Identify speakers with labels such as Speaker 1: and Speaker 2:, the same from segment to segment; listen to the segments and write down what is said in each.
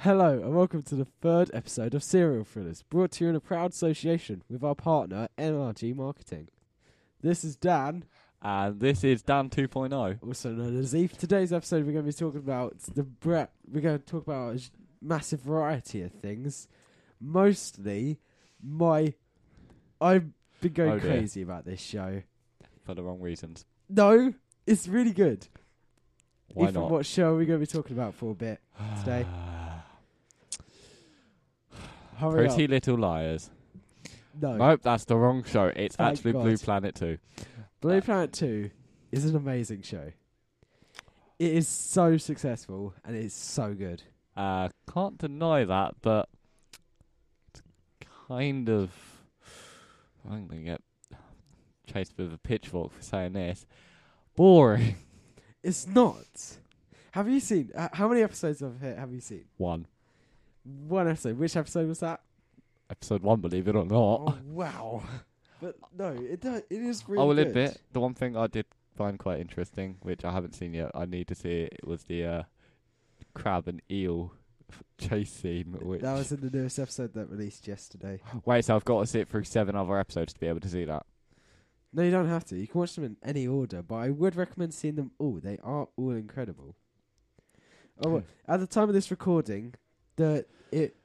Speaker 1: Hello, and welcome to the third episode of Serial Thrillers, brought to you in a proud association with our partner, NRG Marketing. This is Dan,
Speaker 2: And this is Dan 2.0.
Speaker 1: also known as Eve. Today's episode, we're going to be talking about the breadth, we're going to talk about a sh- massive variety of things. Mostly, my. I've been going
Speaker 2: Oh dear.
Speaker 1: crazy about this show.
Speaker 2: For the wrong reasons.
Speaker 1: No, it's really good.
Speaker 2: Why
Speaker 1: Ethan,
Speaker 2: not?
Speaker 1: what show are we going to be talking about for a bit? today? Hurry
Speaker 2: Pretty
Speaker 1: up.
Speaker 2: Little Liars.
Speaker 1: No.
Speaker 2: Nope, that's the wrong show. It's
Speaker 1: Thank
Speaker 2: actually
Speaker 1: God.
Speaker 2: Blue Planet 2.
Speaker 1: Blue Planet 2 is an amazing show. It is so successful and it's so good.
Speaker 2: Uh, can't deny that, but it's kind of. I'm going to get chased with a pitchfork for saying this. Boring.
Speaker 1: It's not. Have you seen h- how many episodes of it have you seen?
Speaker 2: One.
Speaker 1: One episode. Which episode was that?
Speaker 2: Episode one, believe it or not.
Speaker 1: Oh, wow. But no, it do, it is really
Speaker 2: I will
Speaker 1: good.
Speaker 2: admit, the one thing I did find quite interesting, which I haven't seen yet, I need to see it, it was the uh, crab and eel f- chase scene. Which
Speaker 1: That was in the newest episode that released yesterday.
Speaker 2: wait, so I've got to sit through seven other episodes to be able to see that.
Speaker 1: No, you don't have to. You can watch them in any order, but I would recommend seeing them all. They are all incredible. Oh, well, at the time of this recording, the it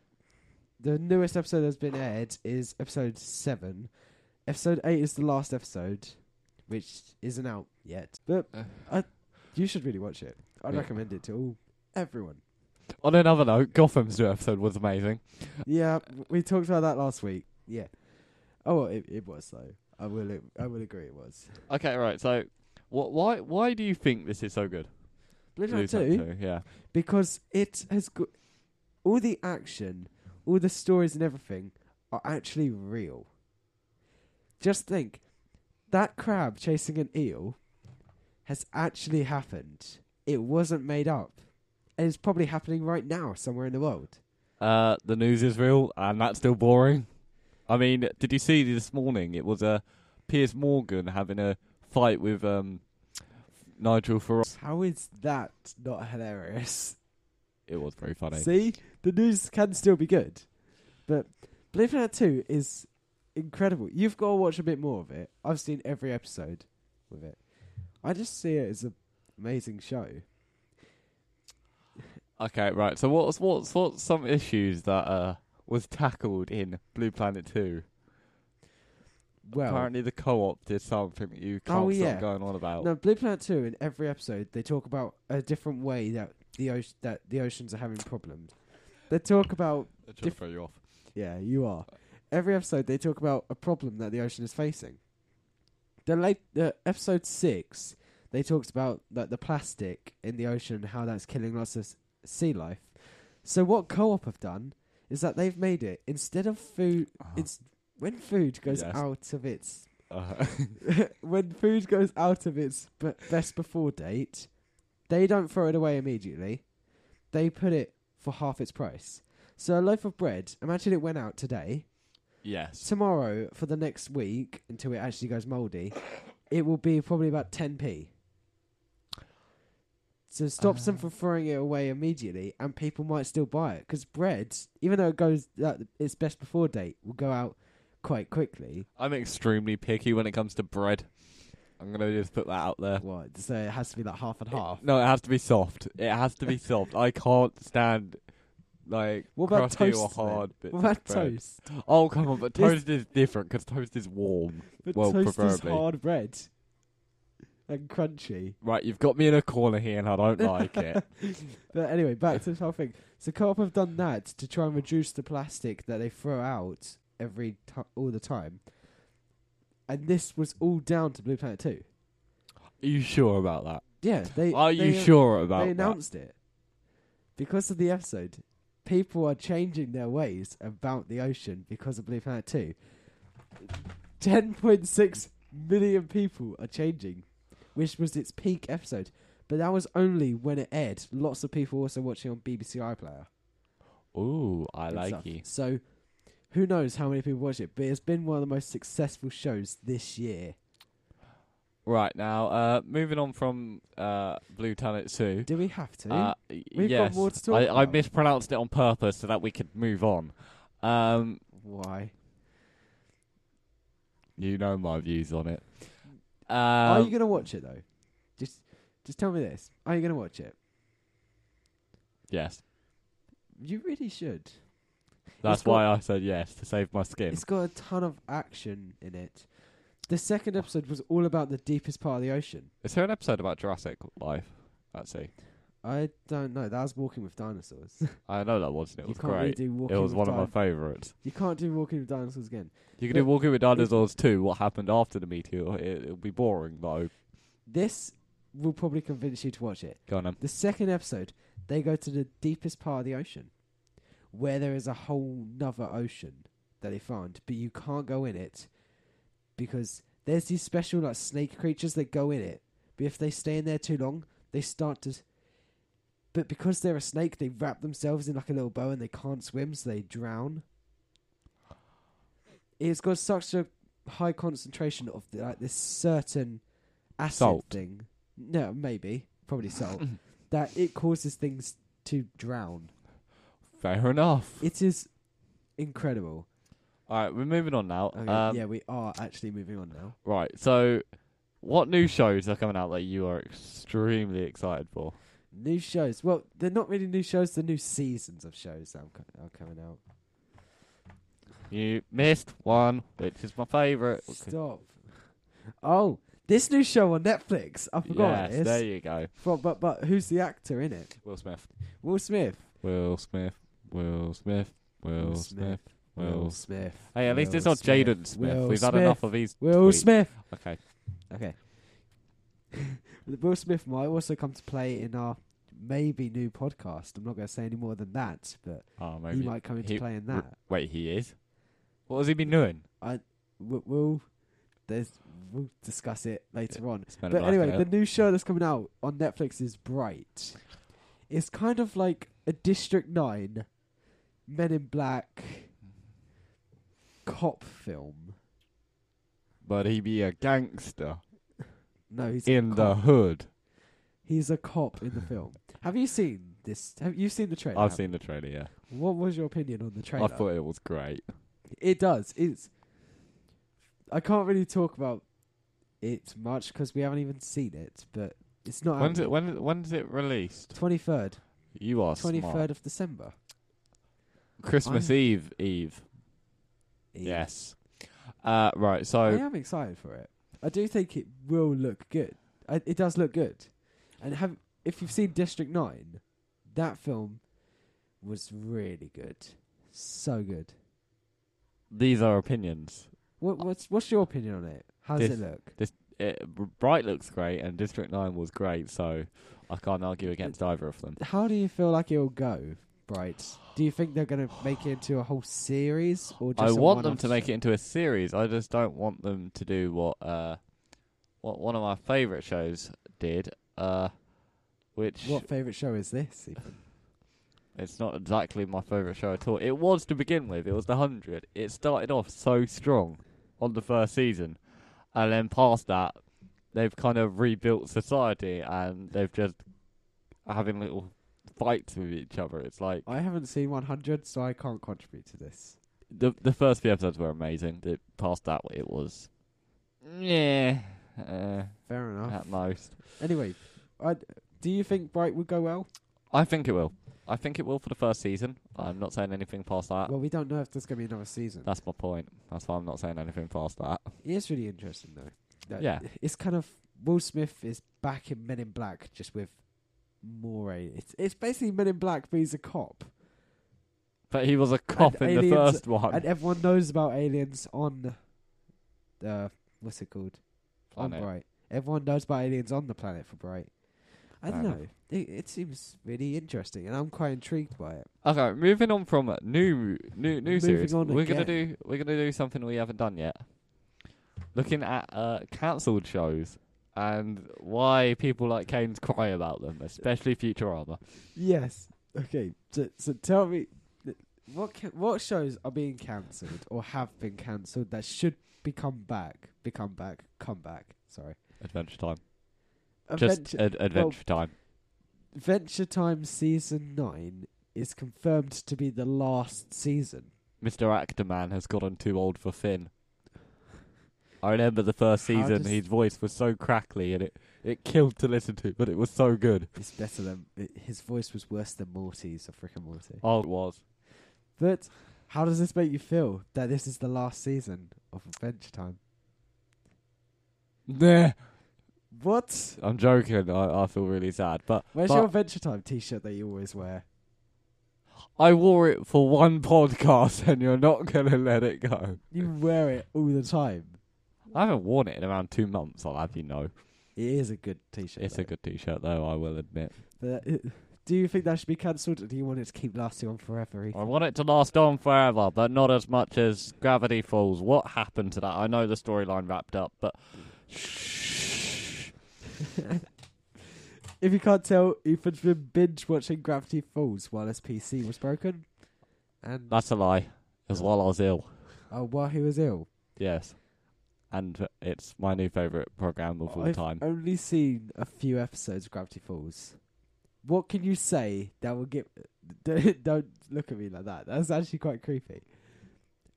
Speaker 1: the newest episode that's been aired is episode seven. Episode eight is the last episode, which isn't out yet. But
Speaker 2: Uh.
Speaker 1: you should really watch it. I'd
Speaker 2: Yeah.
Speaker 1: recommend it to all everyone.
Speaker 2: On another note, Gotham's new episode was amazing.
Speaker 1: Yeah, we talked about that last week. Yeah. Oh, well, it, it was though. I will. I will agree. It was.
Speaker 2: Okay, right. So, what? Why? Why do you think this is so good?
Speaker 1: Blue
Speaker 2: Blue
Speaker 1: Planet
Speaker 2: Planet
Speaker 1: Two.
Speaker 2: Two, Yeah.
Speaker 1: because it has got all the action, all the stories and everything are actually real. Just think, that crab chasing an eel has actually happened. It wasn't made up. And it's probably happening right now somewhere in the world.
Speaker 2: Uh, the news is real, and that's still boring. I mean, did you see this morning? It was uh, Piers Morgan having a fight with um, Nigel Farage.
Speaker 1: How is that not hilarious?
Speaker 2: It was very funny.
Speaker 1: See, the news can still be good, but Blue Planet Two is incredible. You've got to watch a bit more of it. I've seen every episode with it. I just see it as an amazing show.
Speaker 2: Okay, right. So what's what's what's some issues that uh was tackled in Blue Planet Two?
Speaker 1: Well,
Speaker 2: Apparently, the co-op did something that you can't
Speaker 1: Oh,
Speaker 2: stop
Speaker 1: yeah.
Speaker 2: going on about.
Speaker 1: no, Blue Planet Two in every episode they talk about a different way that the ocean that the oceans are having problems. They talk about
Speaker 2: That should
Speaker 1: diff-
Speaker 2: throw you off.
Speaker 1: Yeah, you are. Every episode, they talk about a problem that the ocean is facing. The late, the episode six, they talked about like the plastic in the ocean and how that's killing lots of s- sea life. So what co-op have done is that they've made it instead of food. It's when food goes
Speaker 2: Ah. Yes.
Speaker 1: out of its
Speaker 2: Uh,
Speaker 1: when food goes out of its b- best before date, they don't throw it away immediately. They put it for half its price. So a loaf of bread, imagine it went out today,
Speaker 2: yes.
Speaker 1: tomorrow for the next week until it actually goes mouldy, it will be probably about 10p. So it stops
Speaker 2: Uh.
Speaker 1: them from throwing it away immediately, and people might still buy it because bread, even though it goes that its best before date, will go out quite quickly.
Speaker 2: I'm extremely picky when it comes to bread. I'm gonna just put that out there.
Speaker 1: What? So it has to be like half and
Speaker 2: Uh. It-
Speaker 1: half.
Speaker 2: no, it has to be soft. It has to be soft. I can't stand like
Speaker 1: What about
Speaker 2: crusty or
Speaker 1: toast, then?
Speaker 2: hard bits.
Speaker 1: What about
Speaker 2: of bread.
Speaker 1: toast?
Speaker 2: Oh come on, but
Speaker 1: This-
Speaker 2: toast is different because toast is warm.
Speaker 1: But
Speaker 2: Well,
Speaker 1: toast
Speaker 2: preferably.
Speaker 1: is hard bread and crunchy.
Speaker 2: Right, you've got me in a corner here, and I don't like it.
Speaker 1: But anyway, back to this whole thing. So Co-op have done that to try and reduce the plastic that they throw out every ti all the time. And this was all down to Blue Planet 2.
Speaker 2: Are you sure about that?
Speaker 1: Yeah, they
Speaker 2: Are you
Speaker 1: they,
Speaker 2: sure
Speaker 1: They
Speaker 2: about that?
Speaker 1: announced it. Because of the episode, people are changing their ways about the ocean because of Blue Planet 2. 10.6 million people are changing, which was its peak episode. But that was only when it aired. Lots of people also watching on BBC iPlayer.
Speaker 2: Ooh, I
Speaker 1: and
Speaker 2: like
Speaker 1: stuff.
Speaker 2: you.
Speaker 1: So, who knows how many people watch it? But it's been one of the most successful shows this year.
Speaker 2: Right now, uh, moving on from uh, Blue Planet Two.
Speaker 1: Do we have to?
Speaker 2: Uh, y-
Speaker 1: We've got
Speaker 2: yes,
Speaker 1: more to talk
Speaker 2: I, I
Speaker 1: about.
Speaker 2: mispronounced it on purpose so that we could move on. Um,
Speaker 1: Why?
Speaker 2: you know my views on it. Um,
Speaker 1: Are you gonna watch it though? Just, just tell me this. Are you gonna watch it?
Speaker 2: yes,
Speaker 1: You really should.
Speaker 2: that's
Speaker 1: It's got-
Speaker 2: why I said yes to save my skin.
Speaker 1: It's got a ton of action in it. The second episode was all about the deepest part of the ocean.
Speaker 2: Is there an episode about Jurassic Life at sea?
Speaker 1: I don't know. That was Walking with Dinosaurs.
Speaker 2: I know that wasn't. It
Speaker 1: you
Speaker 2: was
Speaker 1: can't
Speaker 2: great.
Speaker 1: really do
Speaker 2: It
Speaker 1: Walking
Speaker 2: was
Speaker 1: with
Speaker 2: one of my
Speaker 1: Dinosaurs.
Speaker 2: favourites.
Speaker 1: You can't do Walking with Dinosaurs again.
Speaker 2: You can
Speaker 1: But
Speaker 2: do Walking with Dinosaurs too. What happened after the meteor? It, it'll be boring though.
Speaker 1: This will probably convince you to watch it.
Speaker 2: Go on. Em.
Speaker 1: The second episode, they go to the deepest part of the ocean, where there is a whole nother ocean that they found, but you can't go in it because there's these special like snake creatures that go in it. But if they stay in there too long, they start to. s- But because they're a snake, they wrap themselves in like a little bow and they can't swim, so they drown. It's got such a high concentration of like this certain acid
Speaker 2: Salt.
Speaker 1: thing. No, maybe probably salt that it causes things to drown.
Speaker 2: Fair enough.
Speaker 1: It is incredible.
Speaker 2: All right, we're moving on now.
Speaker 1: Okay,
Speaker 2: um,
Speaker 1: yeah, we are actually moving on now.
Speaker 2: Right. So, what new shows are coming out that you are extremely excited for?
Speaker 1: New shows. Well, they're not really new shows. They're new seasons of shows that I'm co- are coming out.
Speaker 2: You missed one, which is my favourite. Okay.
Speaker 1: Stop. Oh, this new show on Netflix. I forgot
Speaker 2: Yes,
Speaker 1: this.
Speaker 2: there you go.
Speaker 1: But, but but who's the actor in it?
Speaker 2: Will Smith.
Speaker 1: Will Smith.
Speaker 2: Will Smith. Will Smith. Will Smith. Will. Smith.
Speaker 1: Smith.
Speaker 2: Hey, at least
Speaker 1: Will
Speaker 2: it's not
Speaker 1: Smith.
Speaker 2: Jaden Smith.
Speaker 1: Will
Speaker 2: We've had
Speaker 1: Smith.
Speaker 2: enough of these.
Speaker 1: Will
Speaker 2: tweets.
Speaker 1: Smith.
Speaker 2: Okay.
Speaker 1: Okay. Will Smith might also come to play in our maybe new podcast. I'm not going to say any more than that, but
Speaker 2: Oh,
Speaker 1: he
Speaker 2: maybe.
Speaker 1: might come into
Speaker 2: he-
Speaker 1: play in
Speaker 2: r-
Speaker 1: that.
Speaker 2: Wait, he is. What has he been doing?
Speaker 1: We'll, we'll there's we'll discuss it later on.
Speaker 2: It's Men in
Speaker 1: But
Speaker 2: Black,
Speaker 1: anyway,
Speaker 2: yeah.
Speaker 1: the new show that's coming out on Netflix is Bright. It's kind of like a District Nine, Men in Black, cop film.
Speaker 2: but he be a gangster
Speaker 1: No, he's
Speaker 2: in
Speaker 1: a
Speaker 2: the
Speaker 1: cop.
Speaker 2: hood.
Speaker 1: he's a cop in the film. Have you seen this? Have you seen the trailer?
Speaker 2: I've
Speaker 1: Hammond?
Speaker 2: seen the trailer. Yeah,
Speaker 1: What was your opinion on the trailer?
Speaker 2: I thought it was great.
Speaker 1: It does. It's. I can't really talk about it much because we haven't even seen it, but it's not.
Speaker 2: When's it? When? When's it released?
Speaker 1: Twenty third,
Speaker 2: You are
Speaker 1: twenty
Speaker 2: smart.
Speaker 1: third of December.
Speaker 2: Christmas
Speaker 1: I'm-
Speaker 2: Eve, Eve. Yes. Uh, right.
Speaker 1: I
Speaker 2: So
Speaker 1: am excited for it. I do think it will look good. I, it does look good, and have if you've seen District Nine, that film was really good, so good.
Speaker 2: these are opinions.
Speaker 1: What, what's what's your opinion on it? How does
Speaker 2: This-
Speaker 1: it look?
Speaker 2: It, Bright looks great, and District Nine was great. So I can't argue against either of them.
Speaker 1: How do you feel like it'll go, Bright? Do you think they're going to make it into a whole series, or just
Speaker 2: I
Speaker 1: a
Speaker 2: want them
Speaker 1: one-off
Speaker 2: to make
Speaker 1: show?
Speaker 2: it into a series. I just don't want them to do what uh, what one of my favorite shows did. Uh, which
Speaker 1: What favorite show is this? Ethan?
Speaker 2: it's not exactly my favorite show at all. It was to begin with. It was the hundred. It started off so strong on the first season, and then past that, they've kind of rebuilt society and they've just having little fights with each other. It's like
Speaker 1: I haven't seen 100, so I can't contribute to this.
Speaker 2: the the first few episodes were amazing. The past that, it was yeah, uh,
Speaker 1: Fair enough.
Speaker 2: at most.
Speaker 1: Anyway, I, do you think Bright would go well?
Speaker 2: I think it will. I think it will for the first season. I'm not saying anything past that.
Speaker 1: well, we don't know if there's going to be another season.
Speaker 2: Uh, That's my point. That's why I'm not saying anything past that.
Speaker 1: It is really interesting, though. That-
Speaker 2: Yeah.
Speaker 1: It's kind of Will Smith is back in Men in Black, just with more. a- It's it's basically Men in Black, but he's a cop.
Speaker 2: But he was a cop in the
Speaker 1: aliens-
Speaker 2: first one.
Speaker 1: and everyone knows about aliens on the what's it called
Speaker 2: Planet.
Speaker 1: on Bright. Everyone knows about aliens on the planet for Bright. I
Speaker 2: Fair
Speaker 1: don't
Speaker 2: enough.
Speaker 1: know. It, it seems really interesting, and I'm quite intrigued by it.
Speaker 2: Okay, moving on from new new new
Speaker 1: Moving
Speaker 2: series.
Speaker 1: on
Speaker 2: we're gonna
Speaker 1: again.
Speaker 2: do we're gonna do something we haven't done yet. Looking at uh, cancelled shows and why people like Kane's cry about them, especially Futurama.
Speaker 1: Yes. Okay. So, so tell me, th- what ca- what shows are being cancelled or have been cancelled that should become back, become back, come back? Sorry.
Speaker 2: Adventure Time. Just uh,
Speaker 1: Adventure,
Speaker 2: ad- Adventure Time.
Speaker 1: Adventure Time season nine is confirmed to be the last season.
Speaker 2: Mr. Actorman has gotten too old for Finn. I remember the first
Speaker 1: How
Speaker 2: season,
Speaker 1: does-
Speaker 2: his voice was so crackly and it, it killed to listen to, but it was so good.
Speaker 1: It's better than i- his voice was worse than Morty's of Rick and Morty.
Speaker 2: Oh, it was.
Speaker 1: But how does this make you feel that this is the last season of Adventure Time?
Speaker 2: Nah,
Speaker 1: What?
Speaker 2: I'm joking. I, I feel really sad, but
Speaker 1: Where's
Speaker 2: But-
Speaker 1: your Adventure Time T-shirt that you always wear?
Speaker 2: I wore it for one podcast, and you're not gonna let it go.
Speaker 1: You wear it all the time.
Speaker 2: I haven't worn it in around two months. I'll have you know.
Speaker 1: It is a good T-shirt.
Speaker 2: It's
Speaker 1: though.
Speaker 2: a good T-shirt, though. I will admit.
Speaker 1: But, uh, do you think that should be cancelled, or do you want it to keep lasting on forever? Ethan?
Speaker 2: I want it to last on forever, but not as much as Gravity Falls. What happened to that? I know the storyline wrapped up, but shh.
Speaker 1: If you can't tell, Ethan's been binge watching Gravity Falls while his PC was broken, and
Speaker 2: That's a lie. As while I was ill.
Speaker 1: uh, while he was ill.
Speaker 2: Yes. And it's my new favorite program of all
Speaker 1: I've
Speaker 2: time.
Speaker 1: only seen a few episodes of Gravity Falls. What can you say that will give? Don't, don't look at me like that. That's actually quite creepy.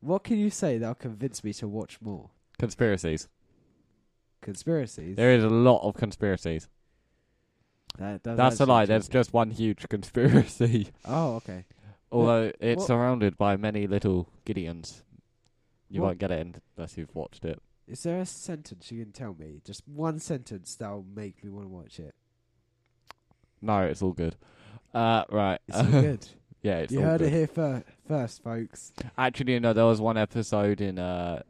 Speaker 1: What can you say that'll convince me to watch more
Speaker 2: Conspiracies.
Speaker 1: conspiracies?
Speaker 2: There is a lot of conspiracies.
Speaker 1: That-
Speaker 2: That's a
Speaker 1: actually
Speaker 2: lie. There's
Speaker 1: creepy.
Speaker 2: just one huge conspiracy.
Speaker 1: oh okay.
Speaker 2: Although it's
Speaker 1: what-
Speaker 2: surrounded by many little Gideons. You
Speaker 1: What-
Speaker 2: won't get it in unless you've watched it.
Speaker 1: Is there a sentence you can tell me? Just one sentence that'll make me want to watch it.
Speaker 2: No, it's all good. Uh, right.
Speaker 1: It's all good.
Speaker 2: yeah, it's
Speaker 1: you
Speaker 2: all
Speaker 1: heard
Speaker 2: good.
Speaker 1: it here fir- first, folks.
Speaker 2: Actually, no, there was one episode in uh,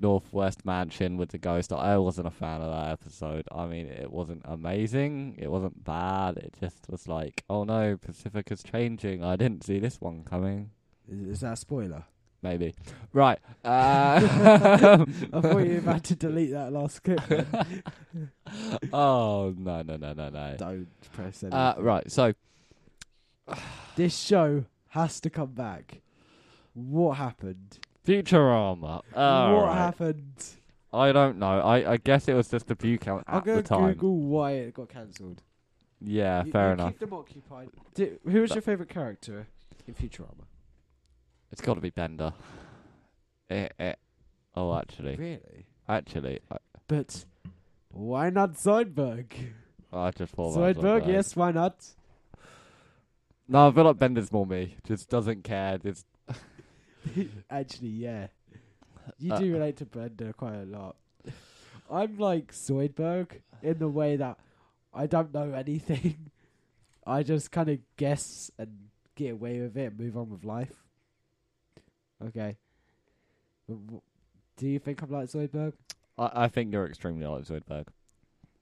Speaker 2: Northwest Mansion with the ghost. I wasn't a fan of that episode. I mean, it wasn't amazing. It wasn't bad. It just was like, oh no, Pacifica's changing. I didn't see this one coming.
Speaker 1: Is, is that a spoiler?
Speaker 2: Maybe. Right. Uh,
Speaker 1: I thought you were about to delete that last clip. then.
Speaker 2: oh, no, no, no, no, no.
Speaker 1: Don't press any.
Speaker 2: Uh, right, so
Speaker 1: this show has to come back. What happened?
Speaker 2: Futurama.
Speaker 1: what
Speaker 2: Alright.
Speaker 1: happened?
Speaker 2: I don't know. I, I guess it was just the view count
Speaker 1: I'm
Speaker 2: at
Speaker 1: gonna
Speaker 2: the time.
Speaker 1: Google why it got cancelled.
Speaker 2: Yeah,
Speaker 1: You-
Speaker 2: fair
Speaker 1: you
Speaker 2: enough.
Speaker 1: Keep them occupied. Di- who was
Speaker 2: But-
Speaker 1: your favorite character in Futurama?
Speaker 2: It's got to be Bender. Eh, eh. Oh, actually,
Speaker 1: Really?
Speaker 2: actually, I,
Speaker 1: But why not Zoidberg?
Speaker 2: I just thought that was one of
Speaker 1: Zoidberg,
Speaker 2: those.
Speaker 1: yes, why not?
Speaker 2: No, I feel like Bender's more me. Just doesn't care. Just
Speaker 1: Actually, yeah. You
Speaker 2: Uh,
Speaker 1: do relate to Brenda quite a lot. I'm like Zoidberg in the way that I don't know anything. I just kind of guess and get away with it and move on with life. Okay. But wh- Do you think I'm like Zoidberg?
Speaker 2: I, I think you're extremely like Zoidberg.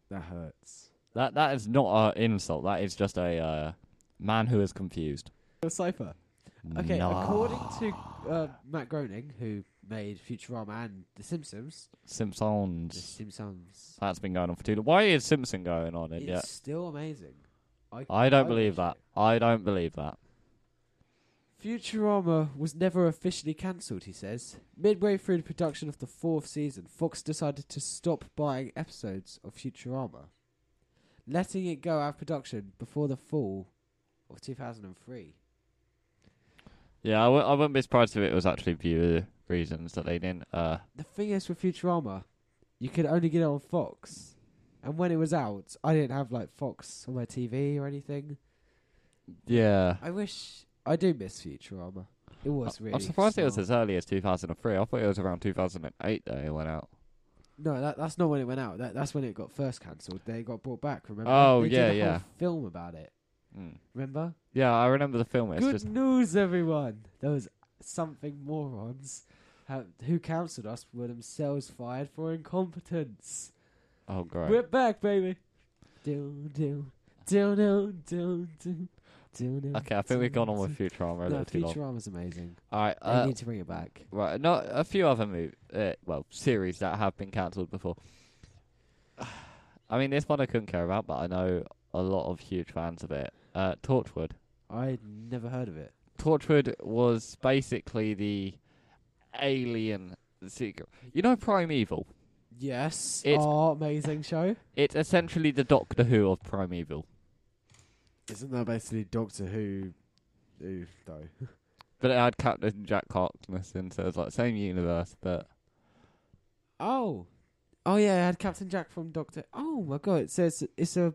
Speaker 1: That hurts.
Speaker 2: That that is not an insult. That is just a uh, man who is confused.
Speaker 1: A cipher. Okay,
Speaker 2: Nah.
Speaker 1: according to uh, Matt Groening, who made Futurama and The Simpsons, The
Speaker 2: Simpsons.
Speaker 1: Simpsons
Speaker 2: That's been going on for too long. Why is Simpson going on? And
Speaker 1: It's
Speaker 2: yet
Speaker 1: still amazing.
Speaker 2: I don't
Speaker 1: I
Speaker 2: believe
Speaker 1: watched
Speaker 2: that. I don't believe that.
Speaker 1: Futurama was never officially cancelled, he says. Midway through the production of the fourth season, Fox decided to stop buying episodes of Futurama, letting it go out of production before the fall of 2003.
Speaker 2: Yeah, I, w- I wouldn't be surprised if it was actually viewer reasons that they didn't. Uh,
Speaker 1: The thing is, with Futurama, you could only get it on Fox. And when it was out, I didn't have like Fox on my TV or anything.
Speaker 2: yeah.
Speaker 1: I wish I do miss Futurama. It was
Speaker 2: I-
Speaker 1: really.
Speaker 2: I'm surprised it was
Speaker 1: smart.
Speaker 2: as early as 2003. I thought it was around 2008 that it went out.
Speaker 1: No, that, that's not when it went out. That, that's when it got first cancelled. They got brought back. Remember?
Speaker 2: Oh,
Speaker 1: they
Speaker 2: yeah,
Speaker 1: did a
Speaker 2: yeah.
Speaker 1: Whole film about it. Remember?
Speaker 2: Yeah, I remember the film. It's
Speaker 1: Hmm. Good
Speaker 2: just
Speaker 1: news, everyone. Those something morons have, who cancelled us were themselves fired for incompetence.
Speaker 2: oh great.
Speaker 1: We're back, baby. Do do do do do do do.
Speaker 2: okay, I think we've gone on with Futurama a
Speaker 1: No,
Speaker 2: little too long.
Speaker 1: Futurama's amazing.
Speaker 2: All right,
Speaker 1: They
Speaker 2: uh,
Speaker 1: need to bring it back.
Speaker 2: right. Not a few other mov uh, well, series that have been cancelled before. I mean, this one I couldn't care about, but I know a lot of huge fans of it. Uh, Torchwood.
Speaker 1: I'd never heard of it.
Speaker 2: Torchwood was basically the alien sequel. You know, Primeval.
Speaker 1: Yes.
Speaker 2: It's-
Speaker 1: our amazing show.
Speaker 2: It's essentially the Doctor Who of Primeval.
Speaker 1: Isn't that basically Doctor Who? Who though?
Speaker 2: But it had Captain Jack Harkness in, so it's like same universe, but
Speaker 1: Oh, oh yeah, I had Captain Jack from Doctor. Oh my god, it says it's a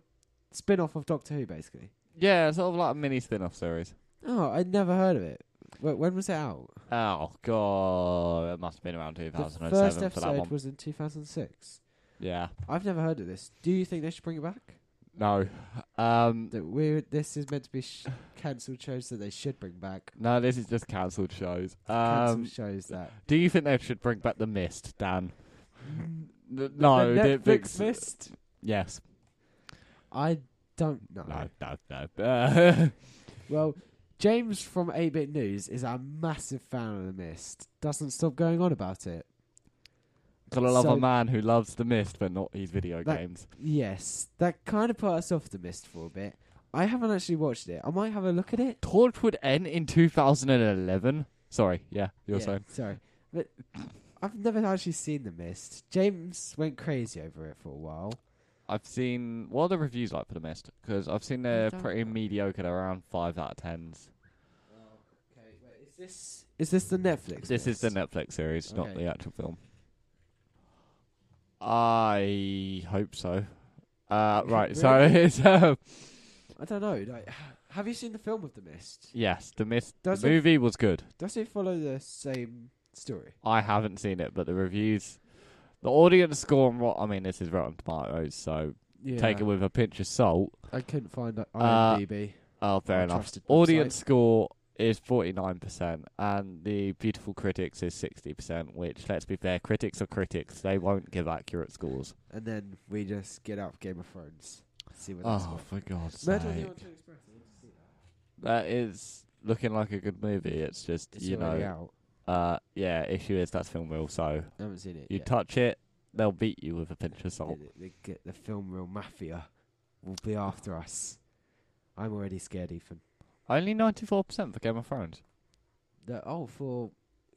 Speaker 1: spin-off of Doctor Who, basically.
Speaker 2: yeah, sort of like a mini spin off series.
Speaker 1: Oh, I'd never heard of it. Wh- When was it out?
Speaker 2: Oh god, it must have been around two
Speaker 1: The
Speaker 2: thousand and
Speaker 1: first
Speaker 2: seven for that
Speaker 1: episode
Speaker 2: one.
Speaker 1: was in 2006.
Speaker 2: yeah.
Speaker 1: I've never heard of this. Do you think they should bring it back?
Speaker 2: No. Um
Speaker 1: That we this is meant to be sh- cancelled shows that they should bring back.
Speaker 2: no, this is just cancelled shows.
Speaker 1: Cancelled
Speaker 2: Um
Speaker 1: shows that
Speaker 2: do you think they should bring back the mist, Dan? N- no,
Speaker 1: The
Speaker 2: the-
Speaker 1: Netflix
Speaker 2: the-
Speaker 1: missed.
Speaker 2: Yes.
Speaker 1: I don't know.
Speaker 2: No, no, no. Uh,
Speaker 1: Well, James from 8-Bit News is a massive fan of the mist. Doesn't stop going on about it.
Speaker 2: Gotta love
Speaker 1: So-
Speaker 2: a man who loves the mist but not his video
Speaker 1: That-
Speaker 2: games.
Speaker 1: Yes, that kind of put us off the mist for a bit. I haven't actually watched it. I might have a look at it.
Speaker 2: Torchwood End in two thousand and eleven. Sorry, yeah, you're
Speaker 1: Yeah,
Speaker 2: saying.
Speaker 1: Sorry, but I've never actually seen the mist. James went crazy over it for a while.
Speaker 2: I've seen what are the reviews like for the mist? Because I've seen they're
Speaker 1: don't
Speaker 2: pretty
Speaker 1: know.
Speaker 2: mediocre. They're around five out of tens.
Speaker 1: Okay, wait, is this is this the Netflix?
Speaker 2: This is the
Speaker 1: Netflix.
Speaker 2: Netflix series, not
Speaker 1: Okay.
Speaker 2: the actual film. I hope so. Uh, right, so
Speaker 1: Really?
Speaker 2: it's um,
Speaker 1: I don't know. Like, have you seen the film of the mist?
Speaker 2: yes, the mist the
Speaker 1: Does it-
Speaker 2: movie was good.
Speaker 1: Does it follow the same story?
Speaker 2: I haven't seen it, but the reviews, the audience score on what I mean, this is Rotten Tomatoes, so
Speaker 1: Yeah,
Speaker 2: take it with a pinch of salt.
Speaker 1: I couldn't find it
Speaker 2: Uh,
Speaker 1: IMDb.
Speaker 2: Oh, fair
Speaker 1: I
Speaker 2: enough.
Speaker 1: trusted website.
Speaker 2: Audience score is 49%, and the beautiful critics is 60%, which, let's be fair, critics are critics. They won't give accurate scores.
Speaker 1: and then we just get out Game of Thrones. See what
Speaker 2: Oh,
Speaker 1: that's got.
Speaker 2: for God's
Speaker 1: Murder on the Orient Express. I want to see that.
Speaker 2: That is looking like a good movie. It's just,
Speaker 1: It's
Speaker 2: you
Speaker 1: already
Speaker 2: know,
Speaker 1: out.
Speaker 2: uh, yeah, issue is that's film rule, so
Speaker 1: I haven't seen it.
Speaker 2: you
Speaker 1: yet.
Speaker 2: touch it, they'll beat you with a pinch of
Speaker 1: The-
Speaker 2: salt.
Speaker 1: the, the, g- the film real mafia will be after us. I'm already scared, Ethan.
Speaker 2: Only 94% for Game of Thrones.
Speaker 1: The, oh, for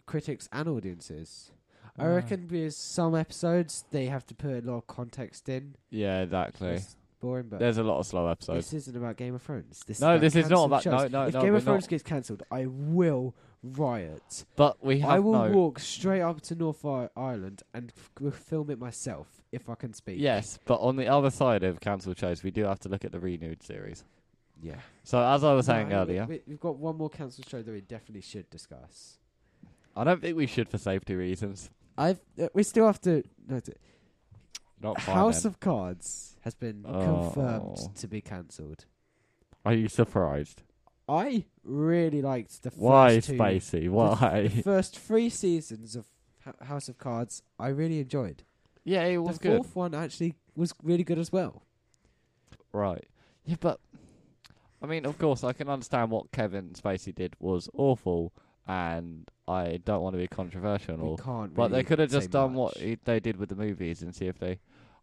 Speaker 1: critics and audiences, I
Speaker 2: Uh,
Speaker 1: reckon with some episodes they have to put a lot of context in.
Speaker 2: Yeah, exactly.
Speaker 1: It's boring, but
Speaker 2: There's a lot of slow episodes.
Speaker 1: this isn't about Game of Thrones. This is
Speaker 2: No,
Speaker 1: about
Speaker 2: this is not
Speaker 1: cancelled
Speaker 2: about- no,
Speaker 1: shows.
Speaker 2: no,
Speaker 1: If
Speaker 2: no,
Speaker 1: Game
Speaker 2: we're
Speaker 1: of Thrones
Speaker 2: not.
Speaker 1: gets cancelled, I will riot.
Speaker 2: But we have
Speaker 1: I will
Speaker 2: no...
Speaker 1: walk straight up to North I- Ireland and f- g- film it myself if I can speak.
Speaker 2: Yes, but on the other side of cancelled shows, we do have to look at the renewed series.
Speaker 1: Yeah.
Speaker 2: So as I was saying
Speaker 1: No, we-
Speaker 2: earlier,
Speaker 1: we, we've got one more cancelled show that we definitely should discuss.
Speaker 2: I don't think we should for safety reasons.
Speaker 1: I've uh, we still have to no, t-
Speaker 2: Not fine.
Speaker 1: House of Cards has been
Speaker 2: Oh.
Speaker 1: confirmed to be cancelled.
Speaker 2: Are you surprised?
Speaker 1: I really liked the first
Speaker 2: Why,
Speaker 1: two,
Speaker 2: Spacey?
Speaker 1: the
Speaker 2: Why?
Speaker 1: first three seasons of H- House of Cards. I really enjoyed.
Speaker 2: yeah, it
Speaker 1: The
Speaker 2: was
Speaker 1: fourth
Speaker 2: good.
Speaker 1: one actually was really good as well.
Speaker 2: Right. Yeah, but I mean, of course, I can understand what Kevin Spacey did was awful, and I don't want to be controversial.
Speaker 1: We
Speaker 2: or-
Speaker 1: can't.
Speaker 2: But they
Speaker 1: really
Speaker 2: could have
Speaker 1: say
Speaker 2: just done what
Speaker 1: much.
Speaker 2: he, they did with the movies and see if they.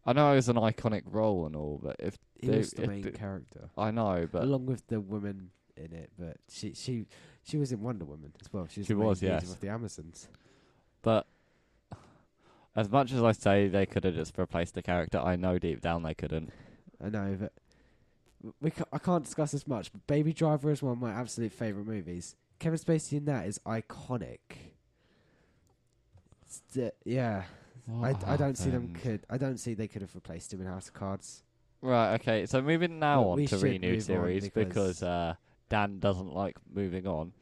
Speaker 2: I know it was an iconic role and all, but if
Speaker 1: He
Speaker 2: they-
Speaker 1: was the
Speaker 2: if
Speaker 1: main
Speaker 2: they-
Speaker 1: character,
Speaker 2: I know, but
Speaker 1: along with the woman in it. But she she she was in Wonder Woman as well. She was,
Speaker 2: She
Speaker 1: the main
Speaker 2: was,
Speaker 1: leader
Speaker 2: yes.
Speaker 1: of the Amazons.
Speaker 2: But as much as I say they could have just replaced the character, I know deep down they couldn't.
Speaker 1: I know, but w- we ca- I can't discuss this much. But Baby Driver is one of my absolute favorite movies. Kevin Spacey in that is iconic. It's the- yeah, I, d- I don't see them could I don't see they could have replaced him in House of Cards.
Speaker 2: Right, okay. So moving now
Speaker 1: Well,
Speaker 2: on
Speaker 1: we
Speaker 2: to
Speaker 1: should
Speaker 2: renewed
Speaker 1: move on
Speaker 2: series
Speaker 1: because-
Speaker 2: because, uh, Dan doesn't like moving on.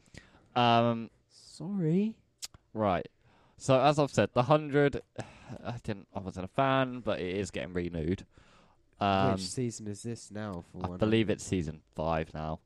Speaker 2: Um,
Speaker 1: Sorry,
Speaker 2: right. So as I've said, the hundred, I didn't, I wasn't a fan, but it is getting renewed. Um,
Speaker 1: which season is this now? For
Speaker 2: I
Speaker 1: one,
Speaker 2: believe it's season five now,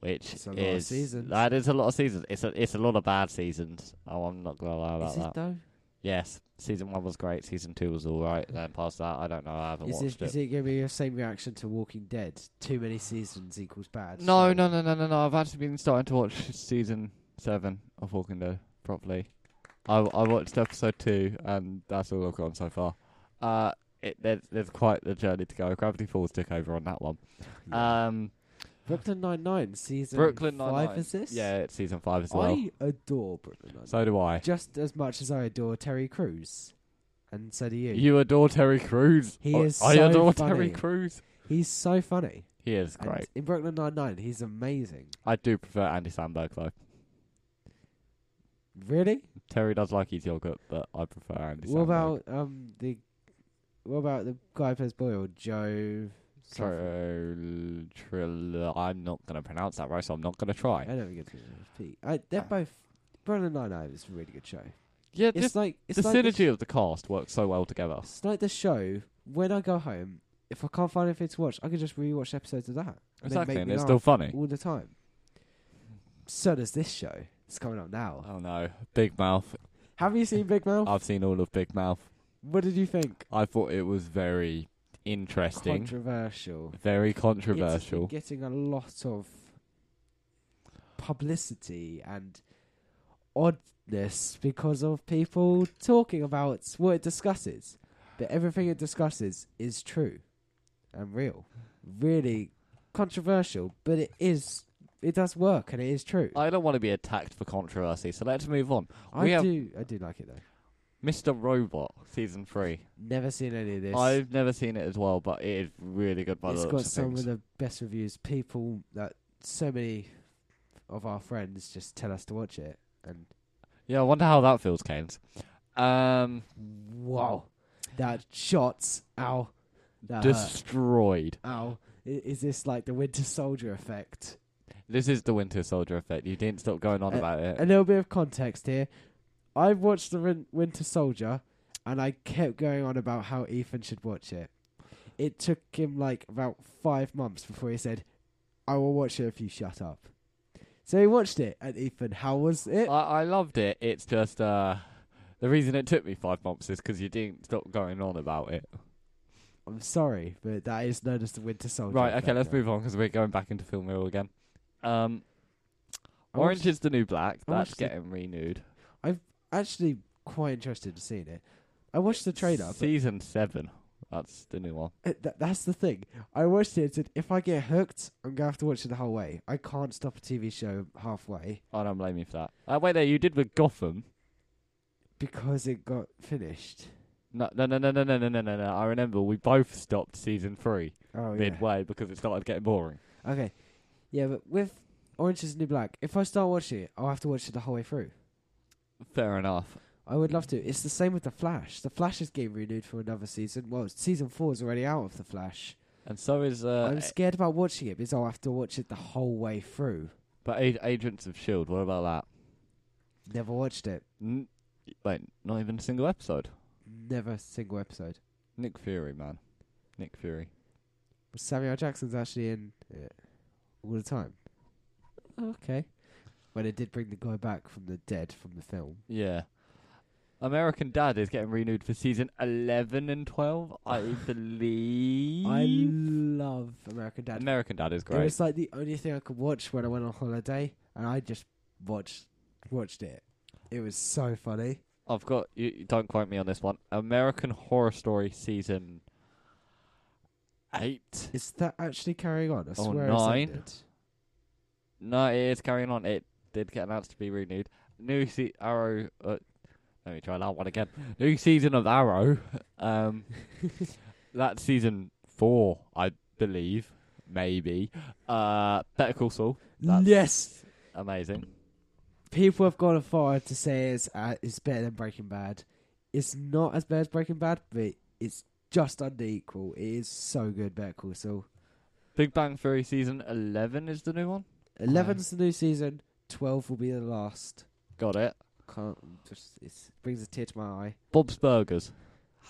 Speaker 2: which
Speaker 1: It's a lot of
Speaker 2: is
Speaker 1: seasons.
Speaker 2: that is a lot of seasons. It's a it's a lot of bad seasons. Oh, I'm not gonna lie about
Speaker 1: is
Speaker 2: that.
Speaker 1: it though?
Speaker 2: Yes, season one was great. Season two was all right. Then past that, I don't know. I haven't
Speaker 1: Is
Speaker 2: watched
Speaker 1: it,
Speaker 2: it.
Speaker 1: is it going to be the same reaction to Walking Dead? Too many seasons equals bad.
Speaker 2: No,
Speaker 1: so-
Speaker 2: no, no, no, no, no. I've actually been starting to watch season seven of Walking Dead properly. I, I watched episode two, and that's all I've gone so far. Uh, it, there's there's quite the journey to go. Gravity Falls took over on that one.
Speaker 1: Yeah.
Speaker 2: Um,
Speaker 1: Brooklyn Nine Nine season.
Speaker 2: Brooklyn Nine
Speaker 1: five is this?
Speaker 2: Yeah, it's season five as well.
Speaker 1: I adore Brooklyn Nine Nine
Speaker 2: so do I.
Speaker 1: just as much as I adore Terry Crews. and so do you.
Speaker 2: You adore Terry Crews.
Speaker 1: He
Speaker 2: I-
Speaker 1: is
Speaker 2: I
Speaker 1: so
Speaker 2: adore
Speaker 1: funny.
Speaker 2: Terry Crews.
Speaker 1: He's so funny.
Speaker 2: He is
Speaker 1: And
Speaker 2: great.
Speaker 1: in Brooklyn Nine Nine, he's amazing.
Speaker 2: I do prefer Andy Sandberg though.
Speaker 1: Really?
Speaker 2: Terry does like his yogurt, but I prefer Andy.
Speaker 1: What
Speaker 2: Samberg.
Speaker 1: about um the what about the guy who plays Boyle, Joe?
Speaker 2: uh,
Speaker 1: something?
Speaker 2: Sorry, Trill- I'm not gonna pronounce that right, so I'm not gonna
Speaker 1: I
Speaker 2: try.
Speaker 1: don't think it's Pete. I, they're
Speaker 2: Uh,
Speaker 1: both Brooklyn Nine Nine is a really good show.
Speaker 2: Yeah,
Speaker 1: It's
Speaker 2: just
Speaker 1: like it's
Speaker 2: the
Speaker 1: like the
Speaker 2: synergy of the cast works so well together.
Speaker 1: It's like the show. When I go home, if I can't find anything to watch, I can just rewatch episodes of that. and they
Speaker 2: Exactly,
Speaker 1: make
Speaker 2: and
Speaker 1: me
Speaker 2: it's
Speaker 1: laugh
Speaker 2: still funny.
Speaker 1: all the time. So does this show. It's coming up now.
Speaker 2: Oh no, Big Mouth.
Speaker 1: Have you seen Big Mouth?
Speaker 2: I've seen all of Big Mouth.
Speaker 1: what did you think?
Speaker 2: I thought it was very interesting,
Speaker 1: Controversial.
Speaker 2: very
Speaker 1: It's
Speaker 2: controversial.
Speaker 1: getting a lot of publicity and oddness because of people talking about what it discusses. But everything it discusses is true and real. Really controversial, but it is. It does work and it is true. I,
Speaker 2: I don't want to be attacked for controversy, so let's move on. we have-
Speaker 1: do. I do like it though.
Speaker 2: Mr. Robot season three.
Speaker 1: Never seen any of this.
Speaker 2: I've never seen it as well, but it is really good by
Speaker 1: it's
Speaker 2: the
Speaker 1: got
Speaker 2: looks of
Speaker 1: some
Speaker 2: things.
Speaker 1: of the best reviews. People that so many of our friends just tell us to watch it, and
Speaker 2: Yeah, I wonder how that feels, Keynes. Um,
Speaker 1: Wow. That shots. Ow. That hurt.
Speaker 2: destroyed.
Speaker 1: Ow. I- Is this like the Winter Soldier effect?
Speaker 2: This is the Winter Soldier effect. You didn't stop going on
Speaker 1: Uh,
Speaker 2: about it.
Speaker 1: A little bit of context here. I watched the Win- Winter Soldier, and I kept going on about how Ethan should watch it. It took him like about five months before he said, "I will watch it if you shut up." So he watched it, and Ethan, how was it?
Speaker 2: I, I loved it. It's just uh, the reason it took me five months is because you didn't stop going on about it.
Speaker 1: I'm sorry, but that is known as the Winter Soldier.
Speaker 2: Right. Okay.
Speaker 1: effect
Speaker 2: Let's
Speaker 1: now.
Speaker 2: move on because we're going back into film reel again. Um,
Speaker 1: I
Speaker 2: Orange
Speaker 1: watched-
Speaker 2: is the new black.
Speaker 1: I
Speaker 2: That's
Speaker 1: watched the-
Speaker 2: getting renewed.
Speaker 1: actually quite interested in seeing it. I watched the trailer. but-
Speaker 2: Season seven. That's the new one.
Speaker 1: Uh, Th- that's the thing. I watched it and said, if I get hooked, I'm going to have to watch it the whole way. I can't stop a TV show halfway
Speaker 2: I don't blame you for that. Uh, wait there. You did with Gotham.
Speaker 1: because it got finished.
Speaker 2: No, no, no, no, no, no, no, no, no. I remember we both stopped season three
Speaker 1: Oh, yeah.
Speaker 2: midway because it started getting boring.
Speaker 1: Okay. Yeah, but with Orange is the New Black, if I start watching it, I'll have to watch it the whole way through.
Speaker 2: Fair enough.
Speaker 1: I would love to. It's the same with The Flash. The Flash is getting renewed for another season. Well, season four is already out of The Flash.
Speaker 2: And so is uh,
Speaker 1: I'm scared about watching it because I'll have to watch it the whole way through.
Speaker 2: but A- Agents of Shield. E What about that?
Speaker 1: Never watched it.
Speaker 2: N- wait, not even a single episode.
Speaker 1: Never a single episode.
Speaker 2: Nick Fury, man. Nick Fury.
Speaker 1: Samuel Jackson's actually in it all the time. Okay. When it did bring the guy back from the dead from the film.
Speaker 2: Yeah. American Dad is getting renewed for season eleven and twelve, I believe.
Speaker 1: I love American Dad.
Speaker 2: American Dad is
Speaker 1: It
Speaker 2: great.
Speaker 1: was like the only thing I could watch when I went on holiday, and I just watched watched it. It was so funny.
Speaker 2: I've got you. you Don't quote me on this one. American Horror Story season eight.
Speaker 1: Is that actually carrying on? I
Speaker 2: Oh,
Speaker 1: swear
Speaker 2: nine?
Speaker 1: it's ended.
Speaker 2: No, it is carrying on. It did get announced to be renewed. New se- Arrow. Uh, let me try that one again. New season of Arrow. Um, that's season four, I believe. Maybe. Uh, Better Call Saul. That's
Speaker 1: Yes.
Speaker 2: Amazing.
Speaker 1: People have gone as far to say it's uh, it's better than Breaking Bad. It's not as bad as Breaking Bad, but it's just unequal. It is so good, Better Call Saul.
Speaker 2: Big Bang Theory season eleven is the new one.
Speaker 1: 11's the new season. Twelve will be the last.
Speaker 2: Got it.
Speaker 1: Can't just it brings a tear to my eye.
Speaker 2: Bob's Burgers.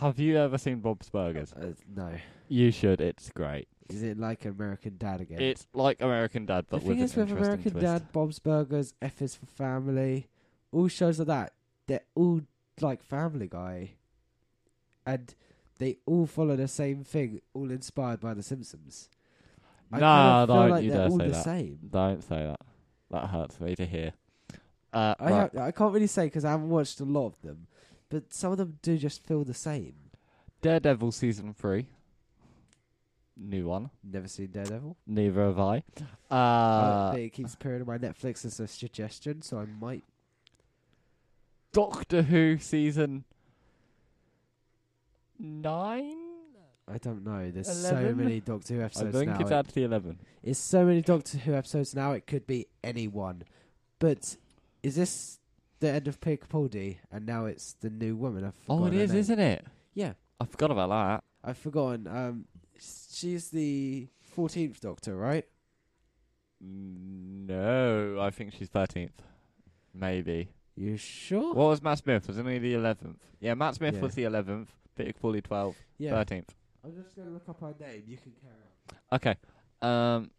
Speaker 2: Have you ever seen Bob's Burgers?
Speaker 1: Uh, no,
Speaker 2: You should. It's great.
Speaker 1: is it like American Dad again?
Speaker 2: It's like American Dad,
Speaker 1: the
Speaker 2: but
Speaker 1: thing
Speaker 2: with
Speaker 1: is
Speaker 2: an
Speaker 1: with
Speaker 2: interesting
Speaker 1: American
Speaker 2: twist.
Speaker 1: Dad, Bob's Burgers, F is for Family, all shows like that. They're all like Family Guy, and they all follow the same thing, all inspired by The Simpsons. I
Speaker 2: Nah,
Speaker 1: kinda feel
Speaker 2: don't
Speaker 1: like
Speaker 2: you
Speaker 1: they're
Speaker 2: dare
Speaker 1: all
Speaker 2: say
Speaker 1: the
Speaker 2: that.
Speaker 1: same.
Speaker 2: Don't say that. That hurts me to hear. Uh,
Speaker 1: I
Speaker 2: right.
Speaker 1: ha- I can't really say because I haven't watched a lot of them, but some of them do just feel the same.
Speaker 2: Daredevil season three. New one.
Speaker 1: Never seen Daredevil.
Speaker 2: Neither have I.
Speaker 1: Uh,
Speaker 2: Uh,
Speaker 1: it keeps appearing on my Netflix as a suggestion, so I might.
Speaker 2: Doctor Who season nine?
Speaker 1: I don't know. There's so
Speaker 2: Eleven?
Speaker 1: many Doctor Who
Speaker 2: I
Speaker 1: episodes
Speaker 2: think
Speaker 1: now.
Speaker 2: it's
Speaker 1: it-
Speaker 2: actually eleven.
Speaker 1: it's so many Doctor Who episodes now. It could be anyone. But is this the end of Capaldi? And now it's the new woman. I've
Speaker 2: Oh, it is, isn't it?
Speaker 1: Yeah,
Speaker 2: I forgot about that.
Speaker 1: I've forgotten. Um, she's the fourteenth Doctor, right?
Speaker 2: Mm, No, I think she's thirteenth, maybe.
Speaker 1: You sure?
Speaker 2: What was Matt Smith? Wasn't he the eleventh? Yeah, Matt Smith
Speaker 1: Yeah.
Speaker 2: was the eleventh. Peter Capaldi twelve.
Speaker 1: yeah.
Speaker 2: Thirteenth.
Speaker 1: I'm just gonna look up her name. You can carry on.
Speaker 2: Okay. Um.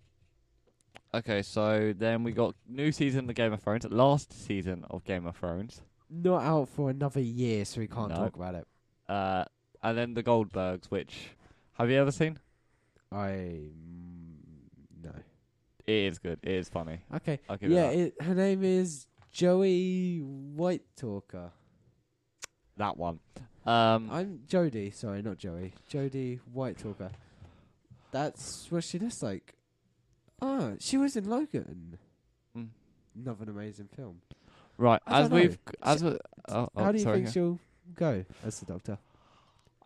Speaker 2: Okay, so then we got new season of Game of Thrones. Last season of Game of Thrones.
Speaker 1: Not out for another year, so we can't
Speaker 2: No.
Speaker 1: talk about it.
Speaker 2: Uh, and then the Goldbergs, which have you ever seen?
Speaker 1: I mm, no.
Speaker 2: It is good. It is funny.
Speaker 1: Okay.
Speaker 2: I'll give
Speaker 1: Yeah,
Speaker 2: it that.
Speaker 1: it, her name is Joey White Talker.
Speaker 2: that one. Um,
Speaker 1: I'm Jodie. Sorry, not Joey. Jodie White Talker. That's what she looks like. Ah, she was in Logan.
Speaker 2: Mm.
Speaker 1: Another amazing film.
Speaker 2: right,
Speaker 1: I
Speaker 2: as
Speaker 1: don't know.
Speaker 2: we've as we, oh, oh,
Speaker 1: How do you
Speaker 2: sorry.
Speaker 1: think she'll go as the Doctor?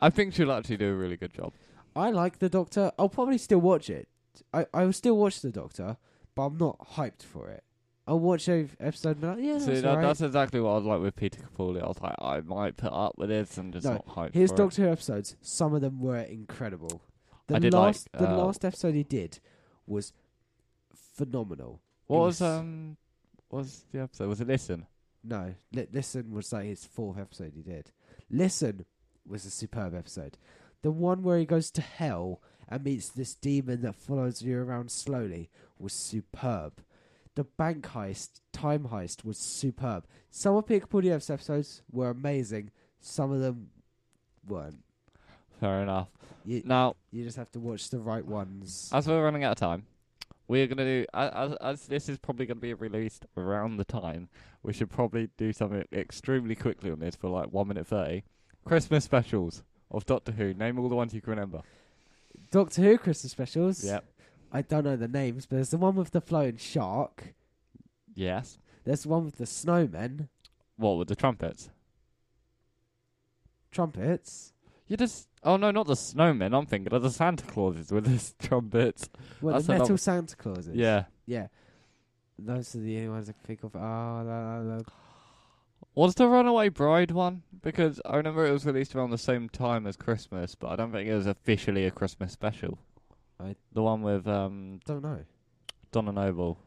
Speaker 2: I think she'll actually do a really good job.
Speaker 1: I like the Doctor. I'll probably still watch it. I I will still watch the Doctor, but I'm not hyped for it. I'll watch ev- episode and be like, yeah,
Speaker 2: See,
Speaker 1: that's
Speaker 2: that,
Speaker 1: alright.
Speaker 2: that's exactly what I was like with Peter Capaldi. I was like, I might put up with this and just
Speaker 1: No,
Speaker 2: not hype.
Speaker 1: His
Speaker 2: for it.
Speaker 1: Doctor Who episodes, some of them were incredible. The
Speaker 2: I did like,
Speaker 1: last the
Speaker 2: uh,
Speaker 1: last episode he did was phenomenal.
Speaker 2: What was
Speaker 1: is-
Speaker 2: um, what was the episode? Was it Listen?
Speaker 1: No, Li- listen was like his fourth episode he did. Listen was a superb episode. The one where he goes to hell and meets this demon that follows you around slowly was superb. The bank heist, time heist was superb. Some of Peter Capaldi's episodes were amazing. Some of them weren't.
Speaker 2: Fair enough.
Speaker 1: You,
Speaker 2: Now,
Speaker 1: you just have to watch the right ones.
Speaker 2: as we're running out of time, we're gonna do as, as, as this is probably gonna be released around the time. We should probably do something extremely quickly on this for like one minute thirty. Christmas specials of Doctor Who. Name all the ones you can remember.
Speaker 1: Doctor Who Christmas specials.
Speaker 2: Yep.
Speaker 1: I don't know the names, but there's the one with the flowing shark.
Speaker 2: Yes.
Speaker 1: There's the one with the snowmen,
Speaker 2: What with the trumpets?
Speaker 1: trumpets.
Speaker 2: You just oh no, not the snowmen. I'm thinking of the Santa Clauses with his trumpets.
Speaker 1: Well,
Speaker 2: That's
Speaker 1: the
Speaker 2: another-
Speaker 1: metal Santa Clauses.
Speaker 2: Yeah.
Speaker 1: yeah. Those are the only ones I can think of. Ah, la, la, la.
Speaker 2: Was the Runaway Bride one? Because I remember it was released around the same time as Christmas, but I don't think it was officially a Christmas special.
Speaker 1: I-
Speaker 2: the one with um,
Speaker 1: don't know.
Speaker 2: Donna Noble,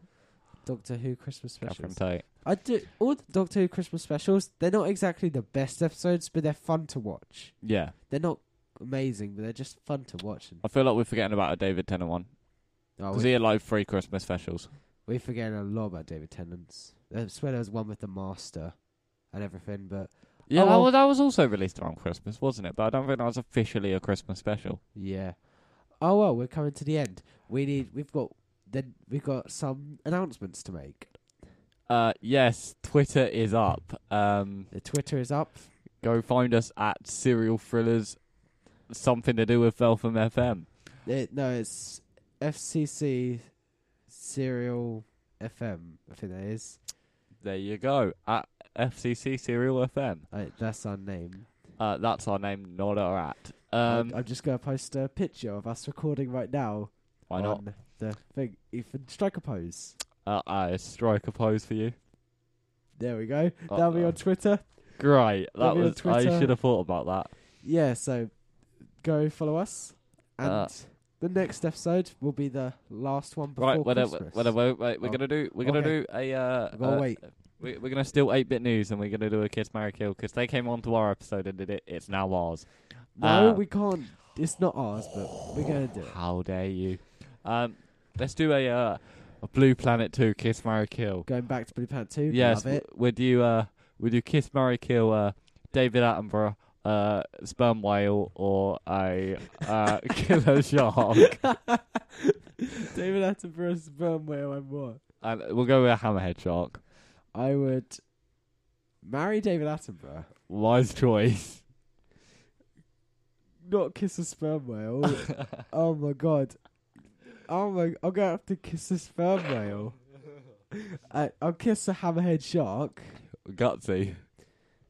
Speaker 1: Doctor Who Christmas
Speaker 2: Catherine
Speaker 1: specials.
Speaker 2: Tate.
Speaker 1: I do all the Doctor Who Christmas specials. They're not exactly the best episodes, but they're fun to watch.
Speaker 2: Yeah,
Speaker 1: They're not amazing, but they're just fun to watch. And,
Speaker 2: I feel like we're forgetting about a David Tennant one
Speaker 1: oh,
Speaker 2: because
Speaker 1: we,
Speaker 2: he had like three Christmas specials.
Speaker 1: we're forgetting a lot about David Tennant's. I swear there was one with the Master and everything, but
Speaker 2: Yeah,
Speaker 1: Oh,
Speaker 2: that,
Speaker 1: well-
Speaker 2: was, that was also released around Christmas, wasn't it? But I don't think that was officially a Christmas special.
Speaker 1: Yeah. Oh well, we're coming to the end. We need. We've got. Then we've got some announcements to make.
Speaker 2: Uh, yes, Twitter is up. Um,
Speaker 1: The Twitter is up.
Speaker 2: go find us at Serial Thrillers, something to do with Feltham FM.
Speaker 1: It, no, it's FCC Serial FM. I think that is.
Speaker 2: There you go at FCC Serial FM.
Speaker 1: Uh, that's our name.
Speaker 2: Uh, that's our name, not our at.
Speaker 1: Um,
Speaker 2: Um,
Speaker 1: I'm just gonna post a picture of us recording right now
Speaker 2: why not?
Speaker 1: on the thing. Ethan, strike a pose.
Speaker 2: Uh, I strike a pose for you.
Speaker 1: There we go. That'll be
Speaker 2: Uh-oh.
Speaker 1: on Twitter.
Speaker 2: Great. That
Speaker 1: That'll be on
Speaker 2: was. I
Speaker 1: Twitter.
Speaker 2: should have thought about that.
Speaker 1: Yeah. So go follow us. And
Speaker 2: Uh,
Speaker 1: the next episode will be the last one before
Speaker 2: Right. Wait, wait,
Speaker 1: Christmas.
Speaker 2: wait, wait, wait, We're
Speaker 1: Oh.
Speaker 2: gonna do. We're gonna
Speaker 1: Okay.
Speaker 2: do a. Uh,
Speaker 1: I've gotta
Speaker 2: uh,
Speaker 1: wait.
Speaker 2: We, we're gonna steal eight bit news and we're gonna do a kiss, marry, kill because they came onto our episode and did it. It's now ours.
Speaker 1: No,
Speaker 2: Uh,
Speaker 1: we can't. It's not ours, but we're gonna do it.
Speaker 2: How dare you? Um, let's do a uh, a Blue Planet Two kiss, marry, kill.
Speaker 1: Going back to Blue Planet Two.
Speaker 2: Yes.
Speaker 1: love it.
Speaker 2: w- Would you? Uh, would you kiss, marry, kill? Uh, David Attenborough. Uh, sperm whale or a uh, killer shark.
Speaker 1: David Attenborough's burn whale and what?
Speaker 2: And we'll go with a hammerhead shark.
Speaker 1: I would marry David Attenborough,
Speaker 2: Wise choice.
Speaker 1: not kiss a sperm whale. oh my god. Oh my! I'm gonna have to kiss a sperm whale. I, I'll kiss a hammerhead shark,
Speaker 2: Gutsy.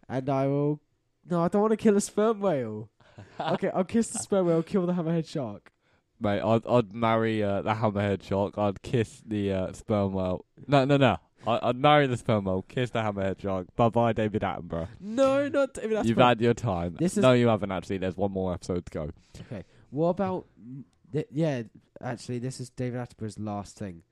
Speaker 1: and I will. No, I don't want to kill a sperm whale. okay, I'll kiss the sperm whale, kill the hammerhead shark.
Speaker 2: Mate, I'd I'd marry uh, the hammerhead shark. I'd kiss the uh, sperm whale. No, no, no. I, I'd marry the sperm whale, kiss the hammerhead shark. Bye bye, David Attenborough.
Speaker 1: No, not David Attenborough.
Speaker 2: You've had your time.
Speaker 1: This is-
Speaker 2: no, you haven't actually. There's one more episode to go.
Speaker 1: Okay. What about? Th- yeah, actually, this is David Attenborough's last thing.